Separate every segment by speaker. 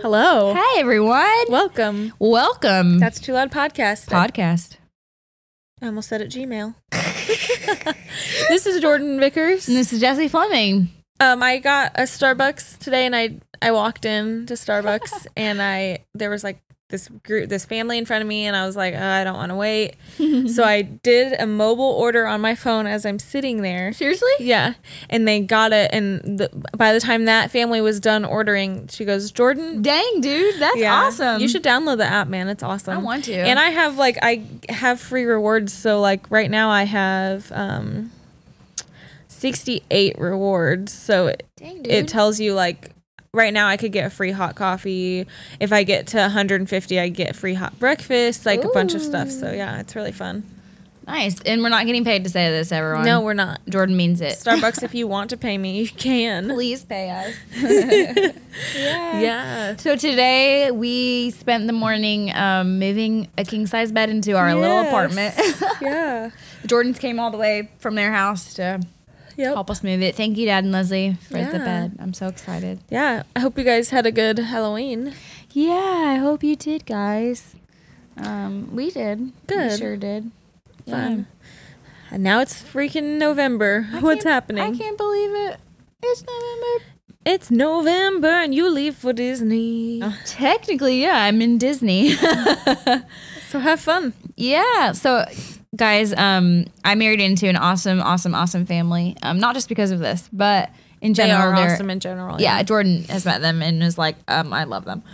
Speaker 1: Hello.
Speaker 2: Hey everyone.
Speaker 1: Welcome.
Speaker 2: Welcome.
Speaker 1: That's Too Loud Podcast.
Speaker 2: podcast.
Speaker 1: I almost said it Gmail. this is Jordan Vickers.
Speaker 2: And this is Jesse Fleming.
Speaker 1: Um, I got a Starbucks today and I I walked in to Starbucks and I there was like this group this family in front of me and I was like, oh, I don't want to wait. so I did a mobile order on my phone as I'm sitting there.
Speaker 2: Seriously?
Speaker 1: Yeah, and they got it. And the, by the time that family was done ordering, she goes, "Jordan,
Speaker 2: Dang, dude, that's awesome.
Speaker 1: You should download the app, man. It's awesome.
Speaker 2: I want to.
Speaker 1: And I have like I have free rewards. So like right now I have um 68 rewards. So it,
Speaker 2: Dang, dude.
Speaker 1: it tells you like right now I could get a free hot coffee. If I get to 150, I get free hot breakfast, like a bunch of stuff. So yeah, it's really fun.
Speaker 2: nice. And we're not getting paid to say this, everyone.
Speaker 1: No, we're not.
Speaker 2: Jordan means it.
Speaker 1: Starbucks if you want to pay me, you can.
Speaker 2: Please pay us.
Speaker 1: Yeah.
Speaker 2: So today we spent the morning um, moving a king size bed into our little
Speaker 1: Yes.
Speaker 2: apartment.
Speaker 1: Yeah.
Speaker 2: Jordan's came all the way from their house to
Speaker 1: Yep.
Speaker 2: help us move it. Thank you, Dad and Leslie, for the
Speaker 1: Oh. Yeah.
Speaker 2: bed. I'm so excited.
Speaker 1: Yeah. I hope you guys had a good Halloween.
Speaker 2: Yeah, I hope you did, guys. Um, we did. We
Speaker 1: Good.
Speaker 2: sure did.
Speaker 1: Fun. And now it's freaking November.
Speaker 2: Yeah. I
Speaker 1: What's
Speaker 2: can't-
Speaker 1: happening?
Speaker 2: I can't believe it. It's November.
Speaker 1: It's November and you leave for Disney.
Speaker 2: Oh, Technically, yeah, I'm in Disney.
Speaker 1: So have fun.
Speaker 2: yeah. So, guys, um, I married into an awesome, awesome, awesome family. Um, not just because of this, but in
Speaker 1: They
Speaker 2: general,
Speaker 1: are
Speaker 2: they're-
Speaker 1: awesome in general.
Speaker 2: yeah, Jordan has met them and is like, um, I love them.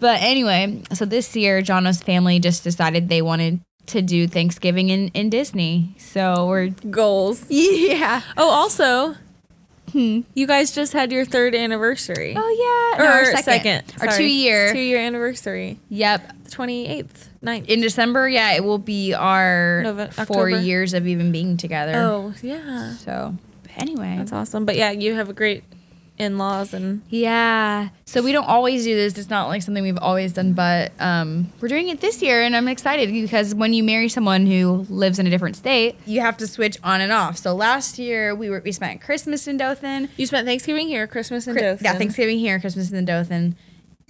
Speaker 2: But anyway, so this year, Jono's family just decided they wanted to do Thanksgiving in, in Disney. So we're
Speaker 1: Goals.
Speaker 2: yeah.
Speaker 1: Oh, also, you guys just had your third anniversary.
Speaker 2: Hmm. Oh yeah,
Speaker 1: Or
Speaker 2: No, our
Speaker 1: second.
Speaker 2: our
Speaker 1: sorry.
Speaker 2: two year.
Speaker 1: Two year anniversary.
Speaker 2: Yep,
Speaker 1: The 28th, 9th.
Speaker 2: in December. Yeah, it will be our
Speaker 1: Nove-
Speaker 2: four
Speaker 1: October.
Speaker 2: years of even being together.
Speaker 1: oh, yeah.
Speaker 2: So anyway,
Speaker 1: That's awesome. But yeah, you have a great in laws and
Speaker 2: yeah. So we don't always do this. It's not like something we've always done, but um, we're doing it this year, and I'm excited because when you marry someone who lives in a different state, you have to switch on and off. So last year we were we spent Christmas in Dothan.
Speaker 1: you spent Thanksgiving here, Christmas in
Speaker 2: Chri-
Speaker 1: Dothan.
Speaker 2: Yeah, Thanksgiving here, Christmas in Dothan.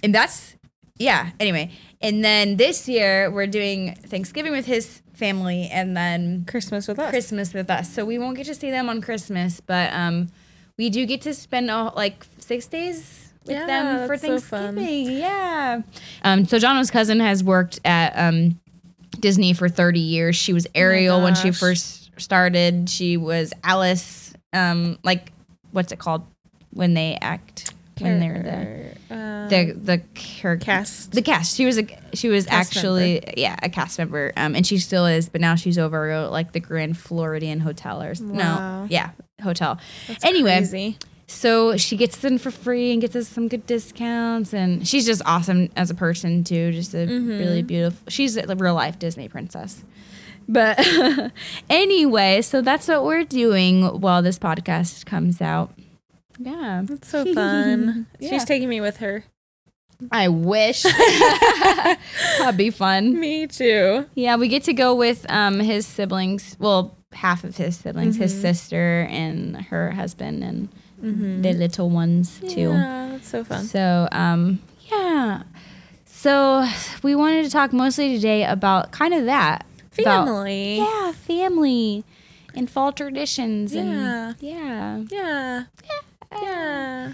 Speaker 2: And that's, yeah, anyway. And then this year, we're doing Thanksgiving with his family and then
Speaker 1: Christmas with us.
Speaker 2: Christmas with us. So we won't get to see them on Christmas, but um, we do get to spend all, like six days with
Speaker 1: Yeah,
Speaker 2: them for
Speaker 1: that's so fun.
Speaker 2: Thanksgiving. yeah. Um, so Jono's cousin has worked at um, Disney for 30 years. She was Ariel when she
Speaker 1: gosh.
Speaker 2: first started, she was Alice, um, like, what's it called when they act? When they're the
Speaker 1: Uh,
Speaker 2: the the her
Speaker 1: Cast.
Speaker 2: the cast she was a she was
Speaker 1: Cast
Speaker 2: actually yeah a cast member um and she still is but now she's over at, like the Grand Floridian Hotel or s-
Speaker 1: Wow.
Speaker 2: no yeah hotel anyway
Speaker 1: crazy.
Speaker 2: so she gets in for free and gets us some good discounts and she's just awesome as a person too just a really beautiful she's a real life Disney princess but anyway so that's what we're doing while this podcast comes out yeah
Speaker 1: It's so fun.
Speaker 2: Yeah.
Speaker 1: She's taking me with her.
Speaker 2: I wish that'd be fun.
Speaker 1: Me too.
Speaker 2: Yeah, we get to go with um, his siblings. Well, half of his siblings, his sister and her husband, and the little ones too.
Speaker 1: Yeah, that's so fun.
Speaker 2: So, um, yeah. So we wanted to talk mostly today about kind of that about-
Speaker 1: Family.
Speaker 2: yeah, family and fall traditions.
Speaker 1: Yeah.
Speaker 2: And, yeah.
Speaker 1: yeah. Yeah.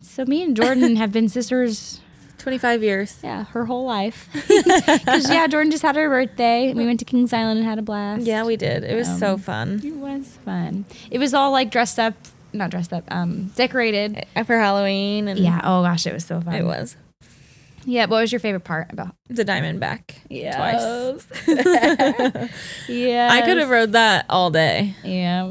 Speaker 2: So me and Jordan have been sisters
Speaker 1: 25 years.
Speaker 2: Yeah, her whole life. Because yeah, Jordan just had her birthday. We went to Kings Island and had a blast.
Speaker 1: Yeah, we did. It was
Speaker 2: Um,
Speaker 1: so fun.
Speaker 2: it was fun. It was all like dressed up, not dressed up, um, decorated.
Speaker 1: For Halloween and
Speaker 2: Yeah. Oh gosh, it was so fun.
Speaker 1: it was.
Speaker 2: Yeah. What was your favorite part about?
Speaker 1: The Diamondback.
Speaker 2: Oh,
Speaker 1: Twice.
Speaker 2: yeah.
Speaker 1: I could have rode that all day.
Speaker 2: Yeah.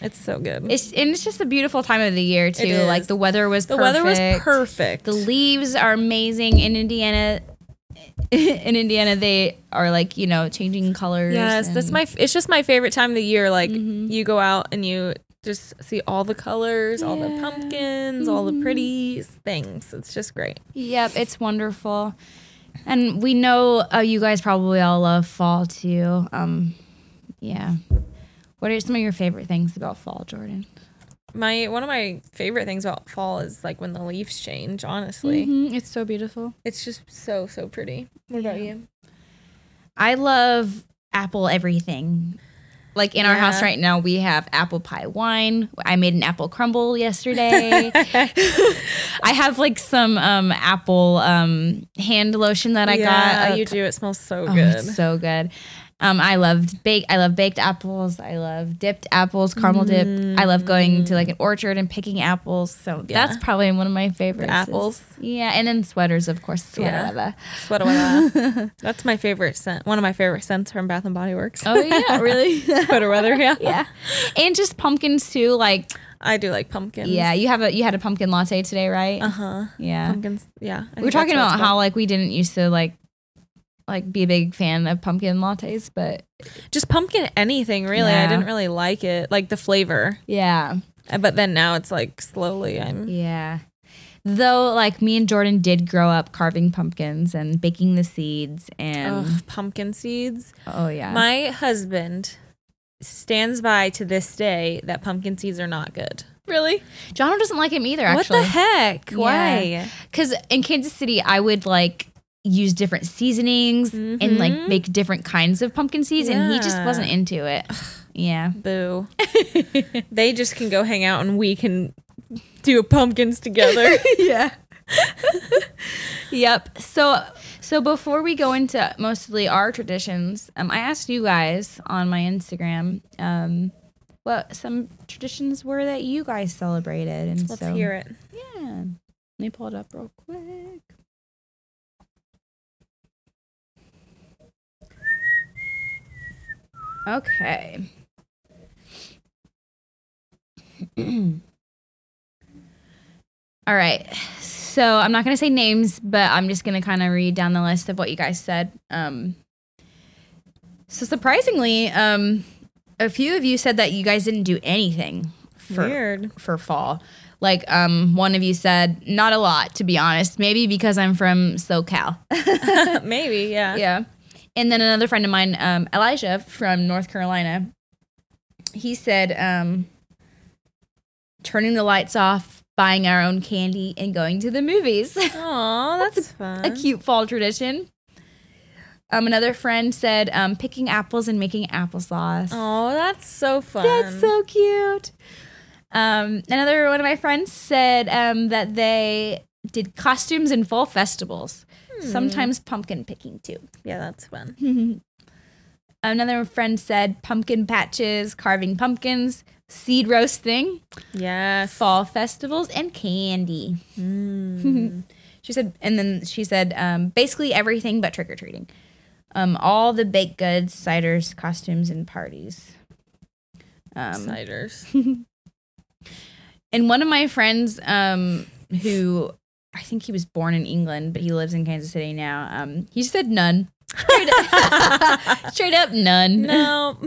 Speaker 1: It's so good.
Speaker 2: It's and it's just a beautiful time of the year too.
Speaker 1: is.
Speaker 2: Like the weather was.
Speaker 1: the weather was perfect.
Speaker 2: The leaves are amazing in Indiana. In Indiana, they are like you know changing colors.
Speaker 1: yes, that's
Speaker 2: and- Mm-hmm.
Speaker 1: my f- it's just my favorite time of the year like you go out and you just see all the colors, all the
Speaker 2: Yeah.
Speaker 1: pumpkins, all
Speaker 2: Mm-hmm.
Speaker 1: the pretty things. It's just great.
Speaker 2: Yep, it's wonderful. And we know uh, you guys probably all love fall too. Um, yeah. What are some of your favorite things about fall, Jordan?
Speaker 1: my one of my favorite things about fall is like when the leaves change. Honestly,
Speaker 2: Mhm, It's so beautiful.
Speaker 1: Mm-hmm, it's just so so pretty. What about you?
Speaker 2: I love apple everything. Like in our
Speaker 1: Yeah.
Speaker 2: house right now, we have apple pie wine. I made an apple crumble yesterday. I have like some um, apple um, hand lotion that I
Speaker 1: yeah,
Speaker 2: got. uh,
Speaker 1: Oh you do. It smells so
Speaker 2: oh,
Speaker 1: good.
Speaker 2: It's so good. Um, I loved bake. I love baked apples. I love dipped apples, caramel dip. I love going to like an orchard and picking apples. So that's probably one of my favorites. is-
Speaker 1: apples.
Speaker 2: yeah, and then sweaters, of course. Sweater
Speaker 1: Yeah.
Speaker 2: weather.
Speaker 1: What do I like? That's my favorite scent. One of my favorite scents from Bath and Body Works.
Speaker 2: Oh yeah, really?
Speaker 1: Sweater weather, yeah.
Speaker 2: yeah, and just pumpkins too. Like
Speaker 1: I do like pumpkins.
Speaker 2: yeah, you have a you had a pumpkin latte today, right?
Speaker 1: Uh huh.
Speaker 2: yeah,
Speaker 1: Pumpkins. Yeah. I
Speaker 2: we were
Speaker 1: think that's
Speaker 2: talking
Speaker 1: what it's
Speaker 2: about how
Speaker 1: called.
Speaker 2: like we didn't used to like like be a big fan of pumpkin lattes, but
Speaker 1: just pumpkin anything really. I
Speaker 2: Yeah.
Speaker 1: didn't really like it, like the flavor.
Speaker 2: yeah,
Speaker 1: Uh, But then now it's like slowly I'm.
Speaker 2: Yeah. Though, like, me and Jordan did grow up carving pumpkins and baking the seeds. And
Speaker 1: Ugh, pumpkin seeds.
Speaker 2: oh, yeah.
Speaker 1: My husband stands by to this day that pumpkin seeds are not good.
Speaker 2: really? John doesn't like him either, actually.
Speaker 1: What the heck?
Speaker 2: Yeah.
Speaker 1: Why?
Speaker 2: Because in Kansas City, I would like use different seasonings and like
Speaker 1: Mhm.
Speaker 2: make different kinds of pumpkin seeds. And he just
Speaker 1: Yeah.
Speaker 2: wasn't into it. yeah.
Speaker 1: Boo. they just can go hang out and we can do pumpkins together.
Speaker 2: yeah. yep. So so before we go into mostly our traditions, um, I asked you guys on my Instagram um, what some traditions were that you guys celebrated, and
Speaker 1: Let's
Speaker 2: so
Speaker 1: hear it.
Speaker 2: yeah, let me pull it up real quick. Okay. All right. So I'm not going to say names, but I'm just going to kind of read down the list of what you guys said. Um, so surprisingly, um, a few of you said that you guys didn't do anything for
Speaker 1: Weird.
Speaker 2: for fall. Like um, one of you said, not a lot, to be honest. Maybe because I'm from SoCal.
Speaker 1: Maybe, yeah.
Speaker 2: yeah. And then another friend of mine, um, Elijah from North Carolina, he said, um, turning the lights off, buying our own candy, and going to the movies.
Speaker 1: Aw, that's fun.
Speaker 2: a cute fall tradition. Um, another friend said, um, picking apples and making applesauce.
Speaker 1: Oh, that's so fun.
Speaker 2: That's so cute. Um, another one of my friends said um, that they did costumes and fall festivals, sometimes pumpkin picking too.
Speaker 1: yeah, that's fun.
Speaker 2: Another friend said pumpkin patches, carving pumpkins, seed roasting,
Speaker 1: Yes.
Speaker 2: fall festivals, and candy. she said, and then she said um, basically everything but trick or treating. Um, all the baked goods, ciders, costumes, and parties. Um,
Speaker 1: Ciders.
Speaker 2: And one of my friends, um, who I think he was born in England, but he lives in Kansas City now, um, he said none. Straight up, straight up none.
Speaker 1: no.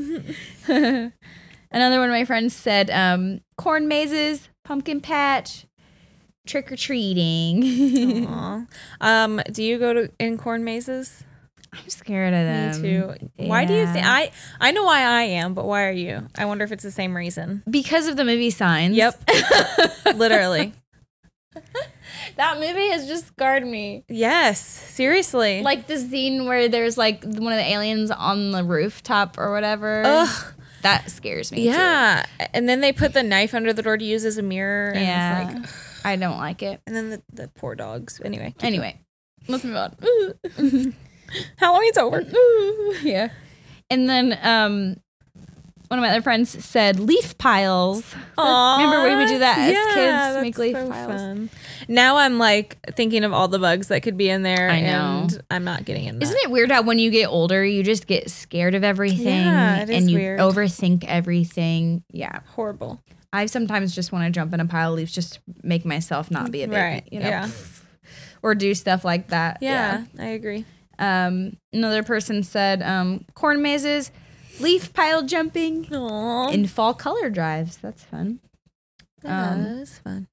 Speaker 2: Another one of my friends said um, corn mazes, pumpkin patch, trick or treating.
Speaker 1: Aw. Um, do you go to in corn mazes?
Speaker 2: I'm scared
Speaker 1: Me
Speaker 2: of them.
Speaker 1: too. Why do you think
Speaker 2: Um, yeah.
Speaker 1: I I know why I am, but why are you? I wonder if it's the same reason.
Speaker 2: Because of the movie Signs.
Speaker 1: Yep. Literally.
Speaker 2: That movie has just scarred me.
Speaker 1: Yes. Seriously.
Speaker 2: Like the scene where there's like one of the aliens on the rooftop or whatever.
Speaker 1: Ugh.
Speaker 2: That scares me. too.
Speaker 1: Yeah. And then they put the knife under the door to use as a mirror. And yeah.
Speaker 2: Yeah.
Speaker 1: It's like,
Speaker 2: I don't like it.
Speaker 1: and then the, the poor dogs. Anyway.
Speaker 2: Anyway, let's move on.
Speaker 1: Halloween's over.
Speaker 2: yeah. And then um, one of my other friends said leaf piles.
Speaker 1: Aww.
Speaker 2: Remember when we do that as kids, make
Speaker 1: that's
Speaker 2: leaf piles?
Speaker 1: Fun. Now I'm like thinking of all the bugs that could be in there.
Speaker 2: I know.
Speaker 1: And I'm not getting in. That.
Speaker 2: Isn't it weird how when you get older, you just get scared of everything
Speaker 1: Yeah, it is
Speaker 2: and you
Speaker 1: weird.
Speaker 2: overthink everything? Yeah.
Speaker 1: horrible?
Speaker 2: I sometimes just want to jump in a pile of leaves just to make myself not be a baby,
Speaker 1: Right,
Speaker 2: you know?
Speaker 1: yeah.
Speaker 2: Or do stuff like that.
Speaker 1: Yeah, I agree.
Speaker 2: yeah. Um, another person said um, corn mazes, leaf pile jumping.
Speaker 1: Aww.
Speaker 2: in fall color drives. That's fun. um,
Speaker 1: that's fun.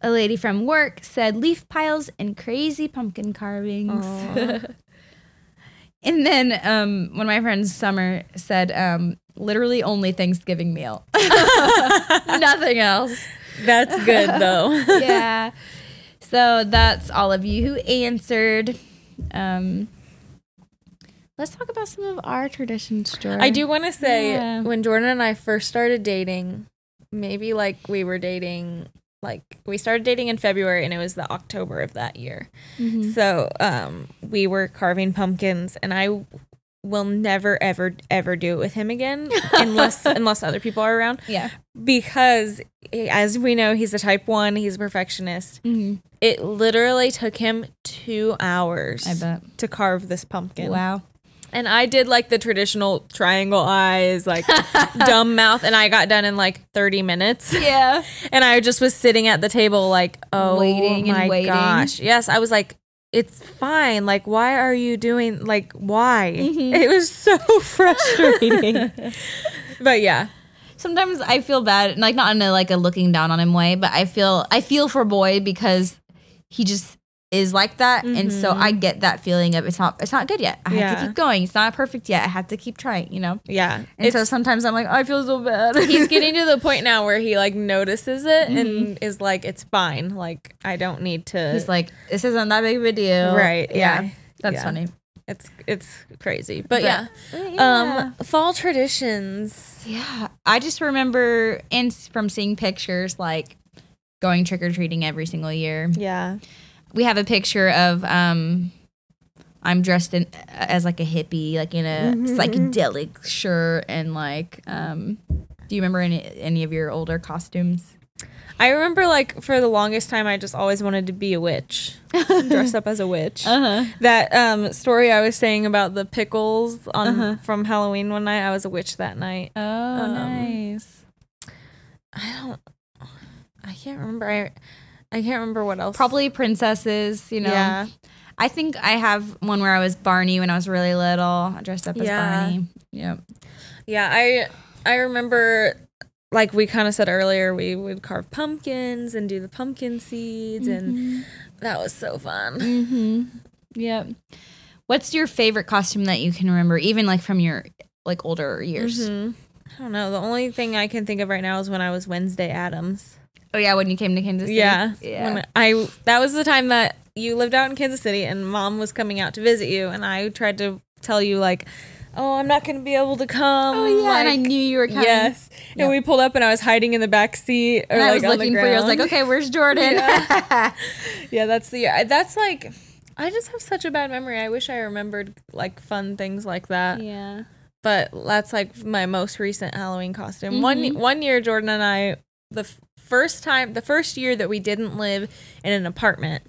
Speaker 2: A lady from work said leaf piles and crazy pumpkin carvings.
Speaker 1: Aw.
Speaker 2: And then um, one of my friends, Summer, said, um, literally only Thanksgiving meal, nothing else.
Speaker 1: That's good though.
Speaker 2: yeah. So that's all of you who answered. Um, let's talk about some of our traditions, Jordan.
Speaker 1: I do want to say
Speaker 2: Yeah.
Speaker 1: when Jordan and I first started dating, maybe like we were dating like we started dating in February and it was the October of that year. So, um we were carving pumpkins and I will never ever ever do it with him again unless unless other people are around
Speaker 2: Yeah.
Speaker 1: because as we know he's a type 1, he's a perfectionist.
Speaker 2: Mm-hmm.
Speaker 1: It literally took him 2 hours
Speaker 2: I bet.
Speaker 1: to carve this pumpkin.
Speaker 2: Wow.
Speaker 1: And I did like the traditional triangle eyes, like dumb mouth, and I got done in like 30 minutes.
Speaker 2: Yeah.
Speaker 1: And I just was sitting at the table, like, oh
Speaker 2: Waiting and
Speaker 1: my
Speaker 2: waiting.
Speaker 1: gosh, yes. I was like, it's fine. Like, why are you doing? Like, why?
Speaker 2: Mm-hmm.
Speaker 1: It was so frustrating. but yeah,
Speaker 2: Sometimes I feel bad, like not in a like a looking down on him way, but I feel I feel for boy because he just is like that, and so I get that feeling of it's not it's not good yet. I have
Speaker 1: Mm-hmm. Yeah.
Speaker 2: to keep going. It's not perfect yet. I have to keep trying. You know.
Speaker 1: yeah.
Speaker 2: And
Speaker 1: It's,
Speaker 2: so sometimes I'm like, "Oh, I feel so bad.
Speaker 1: he's getting to the point now where he like notices it and is like, it's fine. Like, I don't need to.
Speaker 2: Mm-hmm. He's like, this isn't that big of a deal.
Speaker 1: Right, yeah.
Speaker 2: That's
Speaker 1: Yeah.
Speaker 2: funny.
Speaker 1: it's it's crazy, but,
Speaker 2: But-
Speaker 1: yeah. Um, fall traditions.
Speaker 2: yeah. I just remember and s- from seeing pictures like going trick or treating every single year.
Speaker 1: Yeah.
Speaker 2: We have a picture of um I'm dressed in as like a hippie, like in a
Speaker 1: Mm-hmm,
Speaker 2: psychedelic shirt and like um do you remember any any of your older costumes?
Speaker 1: I remember, like, for the longest time, I just always wanted to be a witch, dress up as a witch.
Speaker 2: Uh-huh.
Speaker 1: That um, story I was saying about the pickles on
Speaker 2: Uh-huh.
Speaker 1: from Halloween one night, I was a witch that night.
Speaker 2: Oh,
Speaker 1: Um,
Speaker 2: nice.
Speaker 1: I don't, I can't remember. I, I can't remember what else.
Speaker 2: Probably princesses, you know.
Speaker 1: Yeah.
Speaker 2: I think I have one where I was Barney when I was really little. I dressed up as
Speaker 1: Yeah.
Speaker 2: Barney. Yep.
Speaker 1: Yeah, I I remember like we kind of said earlier, we would carve pumpkins and do the pumpkin seeds,
Speaker 2: Mm-hmm.
Speaker 1: and that was so fun.
Speaker 2: Mm. Yep. What's your favorite costume that you can remember, even like from your like older years?
Speaker 1: Mm-hmm. I don't know. The only thing I can think of right now is when I was Wednesday Adams.
Speaker 2: Oh yeah, when you came to Kansas City.
Speaker 1: Yeah.
Speaker 2: Yeah.
Speaker 1: When I that was the time that you lived out in Kansas City and mom was coming out to visit you and I tried to tell you like, "Oh, I'm not going to be able to come."
Speaker 2: oh yeah, and I
Speaker 1: like,
Speaker 2: knew you were coming.
Speaker 1: Yes. And we pulled up and I was hiding in the back seat or
Speaker 2: And
Speaker 1: like
Speaker 2: I was
Speaker 1: on the
Speaker 2: looking for you. I was like,
Speaker 1: ground.
Speaker 2: okay, where's Jordan?
Speaker 1: Yeah, that's the I- that's like I just have such a bad memory. I wish I remembered like fun things like that.
Speaker 2: yeah.
Speaker 1: But that's like my most recent Halloween costume. One one year Jordan and I the f- first time the first year that we didn't live in an apartment.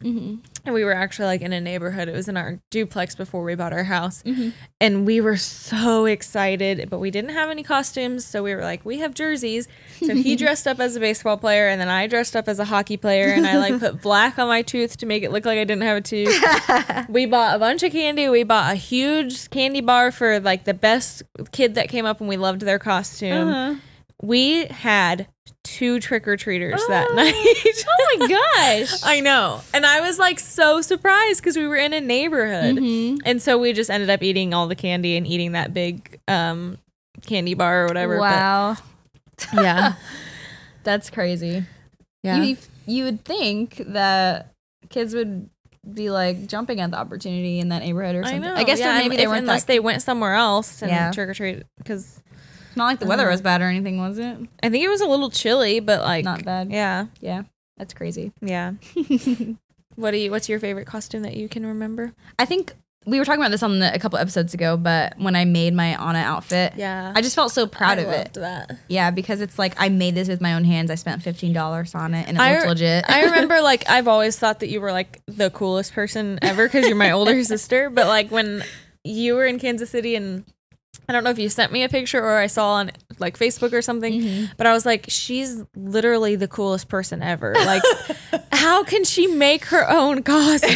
Speaker 1: And we were actually like in a neighborhood. It was in our duplex before we bought our house.
Speaker 2: Mm-hmm.
Speaker 1: And we were so excited, but we didn't have any costumes. So we were like, we have jerseys. So he dressed up as a baseball player, and then I dressed up as a hockey player. And I like put black on my tooth to make it look like I didn't have a tooth. we bought a bunch of candy. We bought a huge candy bar for like the best kid that came up, and we loved their costume.
Speaker 2: Uh-huh.
Speaker 1: We had two trick or treaters that night.
Speaker 2: Oh my gosh.
Speaker 1: I know. And I was like so surprised because we were in a neighborhood. And so we just ended up eating all the candy and eating that big um, candy bar or whatever.
Speaker 2: wow.
Speaker 1: But yeah.
Speaker 2: That's crazy.
Speaker 1: Yeah.
Speaker 2: You you would think that kids would be like jumping at the opportunity in that neighborhood or
Speaker 1: I
Speaker 2: something.
Speaker 1: know.
Speaker 2: I, guess
Speaker 1: yeah,
Speaker 2: then maybe
Speaker 1: if-
Speaker 2: they
Speaker 1: if-
Speaker 2: weren't
Speaker 1: unless
Speaker 2: that-
Speaker 1: they went somewhere else and
Speaker 2: Yeah.
Speaker 1: trick or treat. Because
Speaker 2: not like the weather
Speaker 1: uh-huh.
Speaker 2: was bad or anything, was it?
Speaker 1: I think it was a little chilly, but like
Speaker 2: Not bad.
Speaker 1: Yeah,
Speaker 2: Yeah. That's crazy.
Speaker 1: yeah. what do you? What's your favorite costume that you can remember?
Speaker 2: I think we were talking about this on the, a couple episodes ago, but when I made my Anna outfit,
Speaker 1: Yeah.
Speaker 2: I just felt so proud
Speaker 1: I
Speaker 2: of
Speaker 1: loved
Speaker 2: it.
Speaker 1: That.
Speaker 2: Yeah, because it's like I made this with my own hands. I spent fifteen dollars on it, and it
Speaker 1: I-
Speaker 2: looked legit.
Speaker 1: I remember like I've always thought that you were like the coolest person ever because you're my older sister. But like when you were in Kansas City and I don't know if you sent me a picture or I saw on like Facebook or something,
Speaker 2: Mm-hmm.
Speaker 1: but I was like, she's literally the coolest person ever. Like, how can she make her own costume?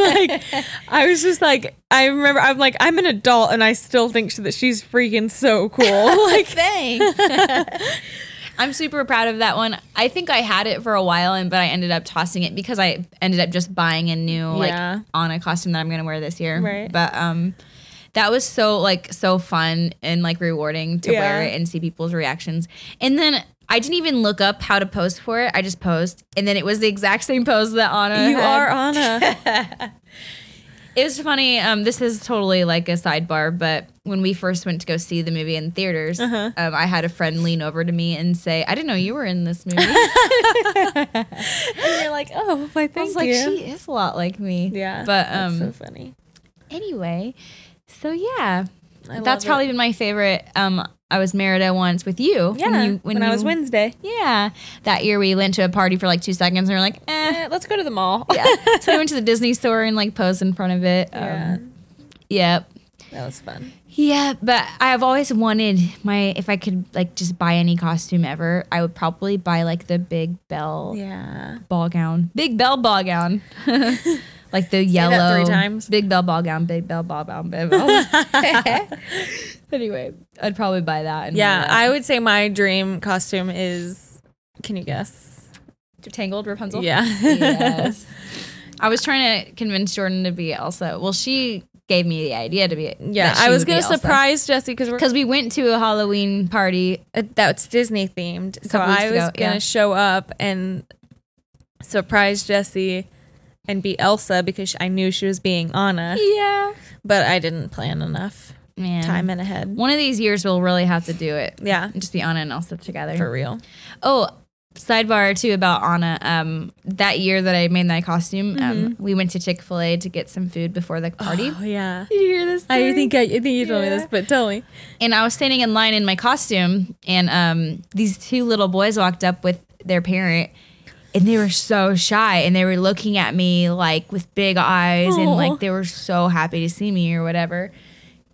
Speaker 1: Like, I was just like, I remember, I'm like, I'm an adult and I still think that she's freaking so cool. Like,
Speaker 2: Thanks. I'm super proud of that one. I think I had it for a while, and but I ended up tossing it because I ended up just buying a new
Speaker 1: Yeah.
Speaker 2: like Anna costume that I'm gonna wear this year.
Speaker 1: Right.
Speaker 2: But um, that was so like so fun and like rewarding to
Speaker 1: Yeah.
Speaker 2: wear it and see people's reactions. And then I didn't even look up how to pose for it. I just posed, and then it was the exact same pose that Anna.
Speaker 1: You
Speaker 2: had.
Speaker 1: are Anna.
Speaker 2: It was funny. Um, this is totally like a sidebar, but when we first went to go see the movie in theaters,
Speaker 1: Uh-huh.
Speaker 2: um, I had a friend lean over to me and say, "I didn't know you were in this movie." I
Speaker 1: and you're like, oh, why, thank
Speaker 2: was like,
Speaker 1: you.
Speaker 2: "She is a lot like me."
Speaker 1: yeah.
Speaker 2: But
Speaker 1: that's
Speaker 2: um,
Speaker 1: so funny.
Speaker 2: anyway, so yeah,
Speaker 1: I
Speaker 2: that's
Speaker 1: love it.
Speaker 2: probably been my favorite. Um, I was Merida once with you.
Speaker 1: Yeah.
Speaker 2: When,
Speaker 1: When,
Speaker 2: you,
Speaker 1: I
Speaker 2: you-
Speaker 1: was Wednesday.
Speaker 2: Yeah, that year we went to a party for like two seconds and we were like, eh.
Speaker 1: Eh, let's go to the mall.
Speaker 2: Yeah. so we went to the Disney store and like posed in front of it. Um,
Speaker 1: Yeah.
Speaker 2: Yep.
Speaker 1: that was fun.
Speaker 2: Yeah, but I've always wanted my if I could like just buy any costume ever, I would probably buy like the big bell
Speaker 1: Yeah.
Speaker 2: ball gown, big bell ball gown, like the
Speaker 1: that
Speaker 2: yellow
Speaker 1: three times.
Speaker 2: big bell ball gown, big bell ball gown, big bell. anyway, I'd probably buy that. And
Speaker 1: Yeah.
Speaker 2: wear that.
Speaker 1: I would say my dream costume is, can you guess?
Speaker 2: tangled Rapunzel.
Speaker 1: Yeah.
Speaker 2: yes. I was trying to convince Jordan to be Elsa. Well, she gave me the idea to be.
Speaker 1: Yeah, I was gonna surprise Jesse because we're
Speaker 2: because we went to a Halloween party
Speaker 1: uh, that's Disney themed. So
Speaker 2: Couple weeks
Speaker 1: I was
Speaker 2: ago,
Speaker 1: gonna
Speaker 2: yeah.
Speaker 1: show up and surprise Jesse and be Elsa because sh- I knew she was being Anna,
Speaker 2: Yeah.
Speaker 1: but I didn't plan enough
Speaker 2: Man.
Speaker 1: time in ahead.
Speaker 2: One of these years we'll really have to do it.
Speaker 1: Yeah,
Speaker 2: And just be Anna and Elsa together.
Speaker 1: for real.
Speaker 2: oh, sidebar too about Anna. Um, that year that I made that costume, um, we went to Chick Fil A to get some food before the party.
Speaker 1: Oh yeah.
Speaker 2: Did you hear this?
Speaker 1: I think I, I think you told me
Speaker 2: Yeah.
Speaker 1: this, but tell me.
Speaker 2: and I was standing in line in my costume, and um, these two little boys walked up with their parent, and they were so shy, and they were looking at me like with big eyes, and
Speaker 1: Aw.
Speaker 2: like they were so happy to see me or whatever.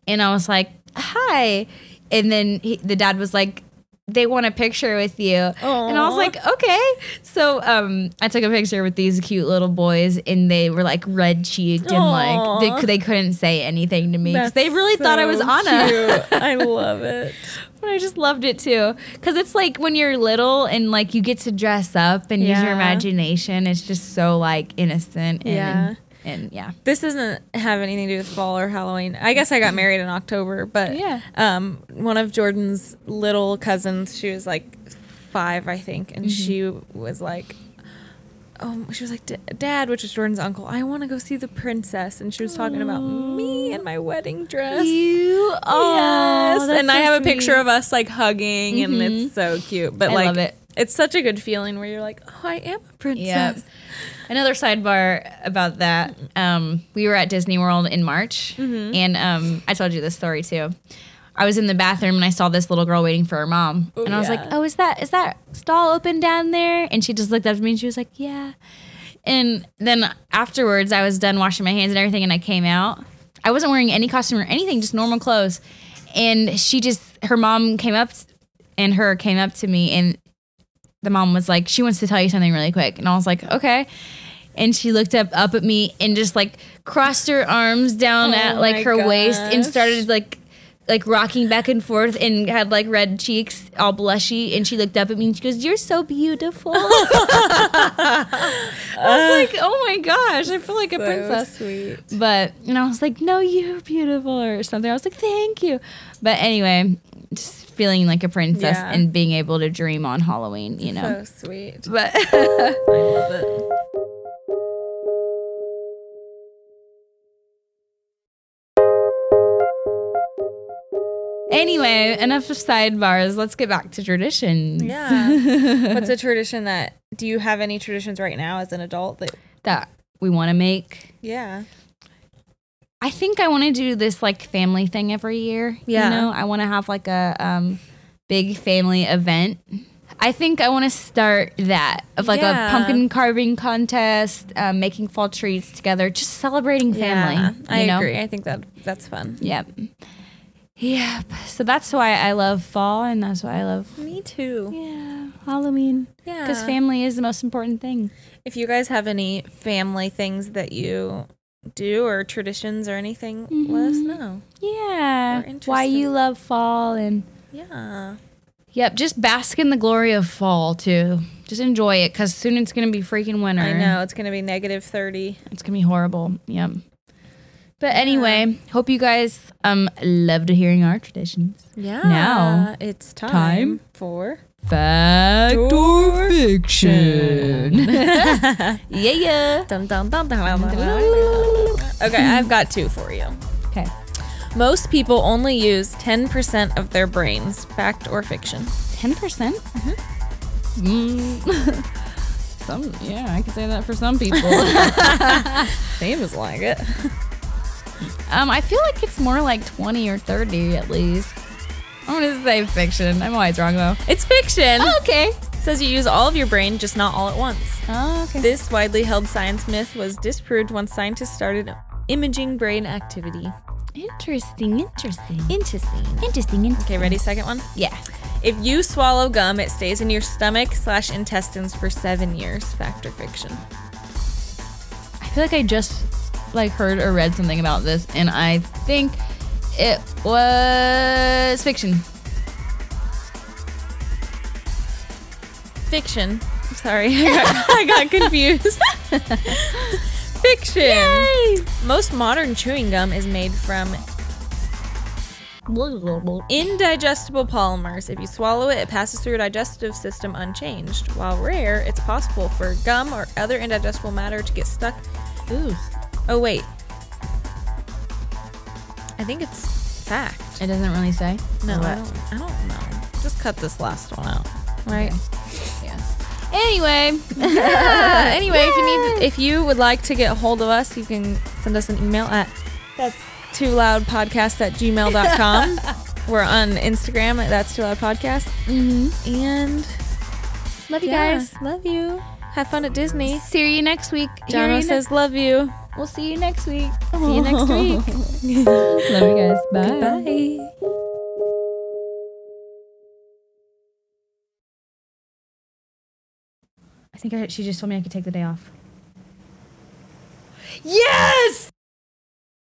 Speaker 2: And I was like, "Hi," and then he, the dad was like. They want a picture with you, and I was
Speaker 1: Aw.
Speaker 2: like, okay. So um, I took a picture with these cute little boys, and they were like red cheeked, and like
Speaker 1: Aw.
Speaker 2: they, they couldn't say anything to me because they
Speaker 1: That's
Speaker 2: really thought I
Speaker 1: so
Speaker 2: was Anna.
Speaker 1: cute. I love it.
Speaker 2: But I just loved it too. Because it's like when you're little and like you get to dress up and use your
Speaker 1: Yeah.
Speaker 2: imagination, it's just so like innocent. And,
Speaker 1: Yeah.
Speaker 2: And yeah.
Speaker 1: This doesn't have anything to do with fall or Halloween. I guess I got married in October, but
Speaker 2: Mm-hmm. Yeah.
Speaker 1: um, one of Jordan's little cousins, she was like five, I think, and she
Speaker 2: Mm-hmm.
Speaker 1: was like, um, she was like, "D- Dad, which is Jordan's uncle, I want to go see the princess, and she was talking about me and my wedding dress.
Speaker 2: You
Speaker 1: yes, and I have a picture of us like hugging, and it's so cute. But
Speaker 2: Mm-hmm. I
Speaker 1: like,
Speaker 2: love it.
Speaker 1: it's such a good feeling where you're like, oh, I am a princess.
Speaker 2: Yeah. Another sidebar about that. Um, we were at Disney World in March, and um, I told you this story too. I was in the bathroom and I saw this little girl waiting for her mom, and I was like,
Speaker 1: yeah.
Speaker 2: "Oh, is that is that stall open down there?" And she just looked up to me and she was like, "Yeah." And then afterwards, I was done washing my hands and everything, and I came out. I wasn't wearing any costume or anything, just normal clothes. And she just, her mom came up and her came up to me, and the mom was like, she wants to tell you something really quick. And I was like, okay. And she looked up up at me and just like crossed her arms down
Speaker 1: Oh
Speaker 2: at like
Speaker 1: my
Speaker 2: her waist and
Speaker 1: gosh.
Speaker 2: started like like rocking back and forth and had like red cheeks, all blushy. And she looked up at me and she goes, "You're so beautiful." I was like, "Oh my gosh, I feel like a
Speaker 1: So
Speaker 2: princess."
Speaker 1: sweet.
Speaker 2: But and I was like, "No, you're beautiful" or something. I was like, "Thank you." But anyway, just feeling like a princess
Speaker 1: Yeah.
Speaker 2: and being able to dream on Halloween, you know.
Speaker 1: So sweet.
Speaker 2: But
Speaker 1: I love it.
Speaker 2: anyway, enough of sidebars. Let's get back to traditions.
Speaker 1: Yeah. What's a tradition that do you have any traditions right now as an adult that
Speaker 2: that we want to make.
Speaker 1: yeah.
Speaker 2: I think I want to do this like family thing every year.
Speaker 1: Yeah.
Speaker 2: You know, I want to have like a um, big family event. I think I want to start that of like a
Speaker 1: Yeah.
Speaker 2: pumpkin carving contest, um, making fall treats together, just celebrating family.
Speaker 1: Yeah, I
Speaker 2: you know?
Speaker 1: agree. I think that that's fun.
Speaker 2: Yep. Yep. So that's why I love fall and that's why I love
Speaker 1: Me too.
Speaker 2: yeah, Halloween.
Speaker 1: Yeah.
Speaker 2: Because family is the most important thing.
Speaker 1: if you guys have any family things that you do or traditions or anything, let us know.
Speaker 2: Yeah.
Speaker 1: We're
Speaker 2: Why you
Speaker 1: interested.
Speaker 2: love fall and
Speaker 1: Yeah.
Speaker 2: Yep, just bask in the glory of fall too. Just enjoy it because soon it's gonna be freaking winter.
Speaker 1: I know it's gonna be negative thirty.
Speaker 2: It's gonna be horrible. Yep. But anyway, hope you guys um loved hearing our traditions.
Speaker 1: Yeah.
Speaker 2: Now
Speaker 1: it's time,
Speaker 2: time
Speaker 1: for
Speaker 2: Fact or fiction? yeah, yeah.
Speaker 1: dun dun dun dun. dun, dun. Okay, I've got two for you.
Speaker 2: Okay.
Speaker 1: Most people only use 10% of their brains, fact or fiction.
Speaker 2: Ten percent. Mm-hmm. Mm. Some yeah, I could say that for some people.
Speaker 1: Seems like it.
Speaker 2: um, I feel like it's more like twenty or thirty at least. I'm gonna say fiction. I'm always wrong though.
Speaker 1: It's fiction.
Speaker 2: Oh, okay.
Speaker 1: says you use all of your brain, just not all at once.
Speaker 2: Oh, okay.
Speaker 1: This widely held science myth was disproved once scientists started imaging brain activity.
Speaker 2: Interesting. Interesting.
Speaker 1: Interesting.
Speaker 2: Interesting. Interesting.
Speaker 1: Okay, ready? Second one.
Speaker 2: Yeah.
Speaker 1: If you swallow gum, it stays in your stomach slash intestines for seven years. Fact or fiction?
Speaker 2: I feel like I just like heard or read something about this, and I think it was fiction.
Speaker 1: Fiction. I'm sorry, I got, I got confused. fiction. Most modern chewing gum is made from indigestible polymers. If you swallow it, it passes through your digestive system unchanged. While rare, it's possible for gum or other indigestible matter to get stuck.
Speaker 2: Ooh,
Speaker 1: Oh, wait. I think it's fact.
Speaker 2: it doesn't really say.
Speaker 1: No,
Speaker 2: Or
Speaker 1: I
Speaker 2: what?
Speaker 1: don't, I don't know. Just cut this last one out. Right.
Speaker 2: Yeah. Anyway,
Speaker 1: Uh, anyway, if you need, if you would like to get a hold of us, you can send us an email at that's too loud podcast at gmail.com. We're on Instagram at that's too loud podcast. Mm-hmm. And
Speaker 2: love you
Speaker 1: yeah,
Speaker 2: guys.
Speaker 1: love you. Have fun at Disney.
Speaker 2: See you next week. Hear
Speaker 1: Jono
Speaker 2: you ne-
Speaker 1: says, love you.
Speaker 2: we'll see you next week.
Speaker 1: See you next week.
Speaker 2: Love you guys. Bye.
Speaker 1: Bye.
Speaker 2: I think I, she just told me I could take the day off.
Speaker 1: Yes!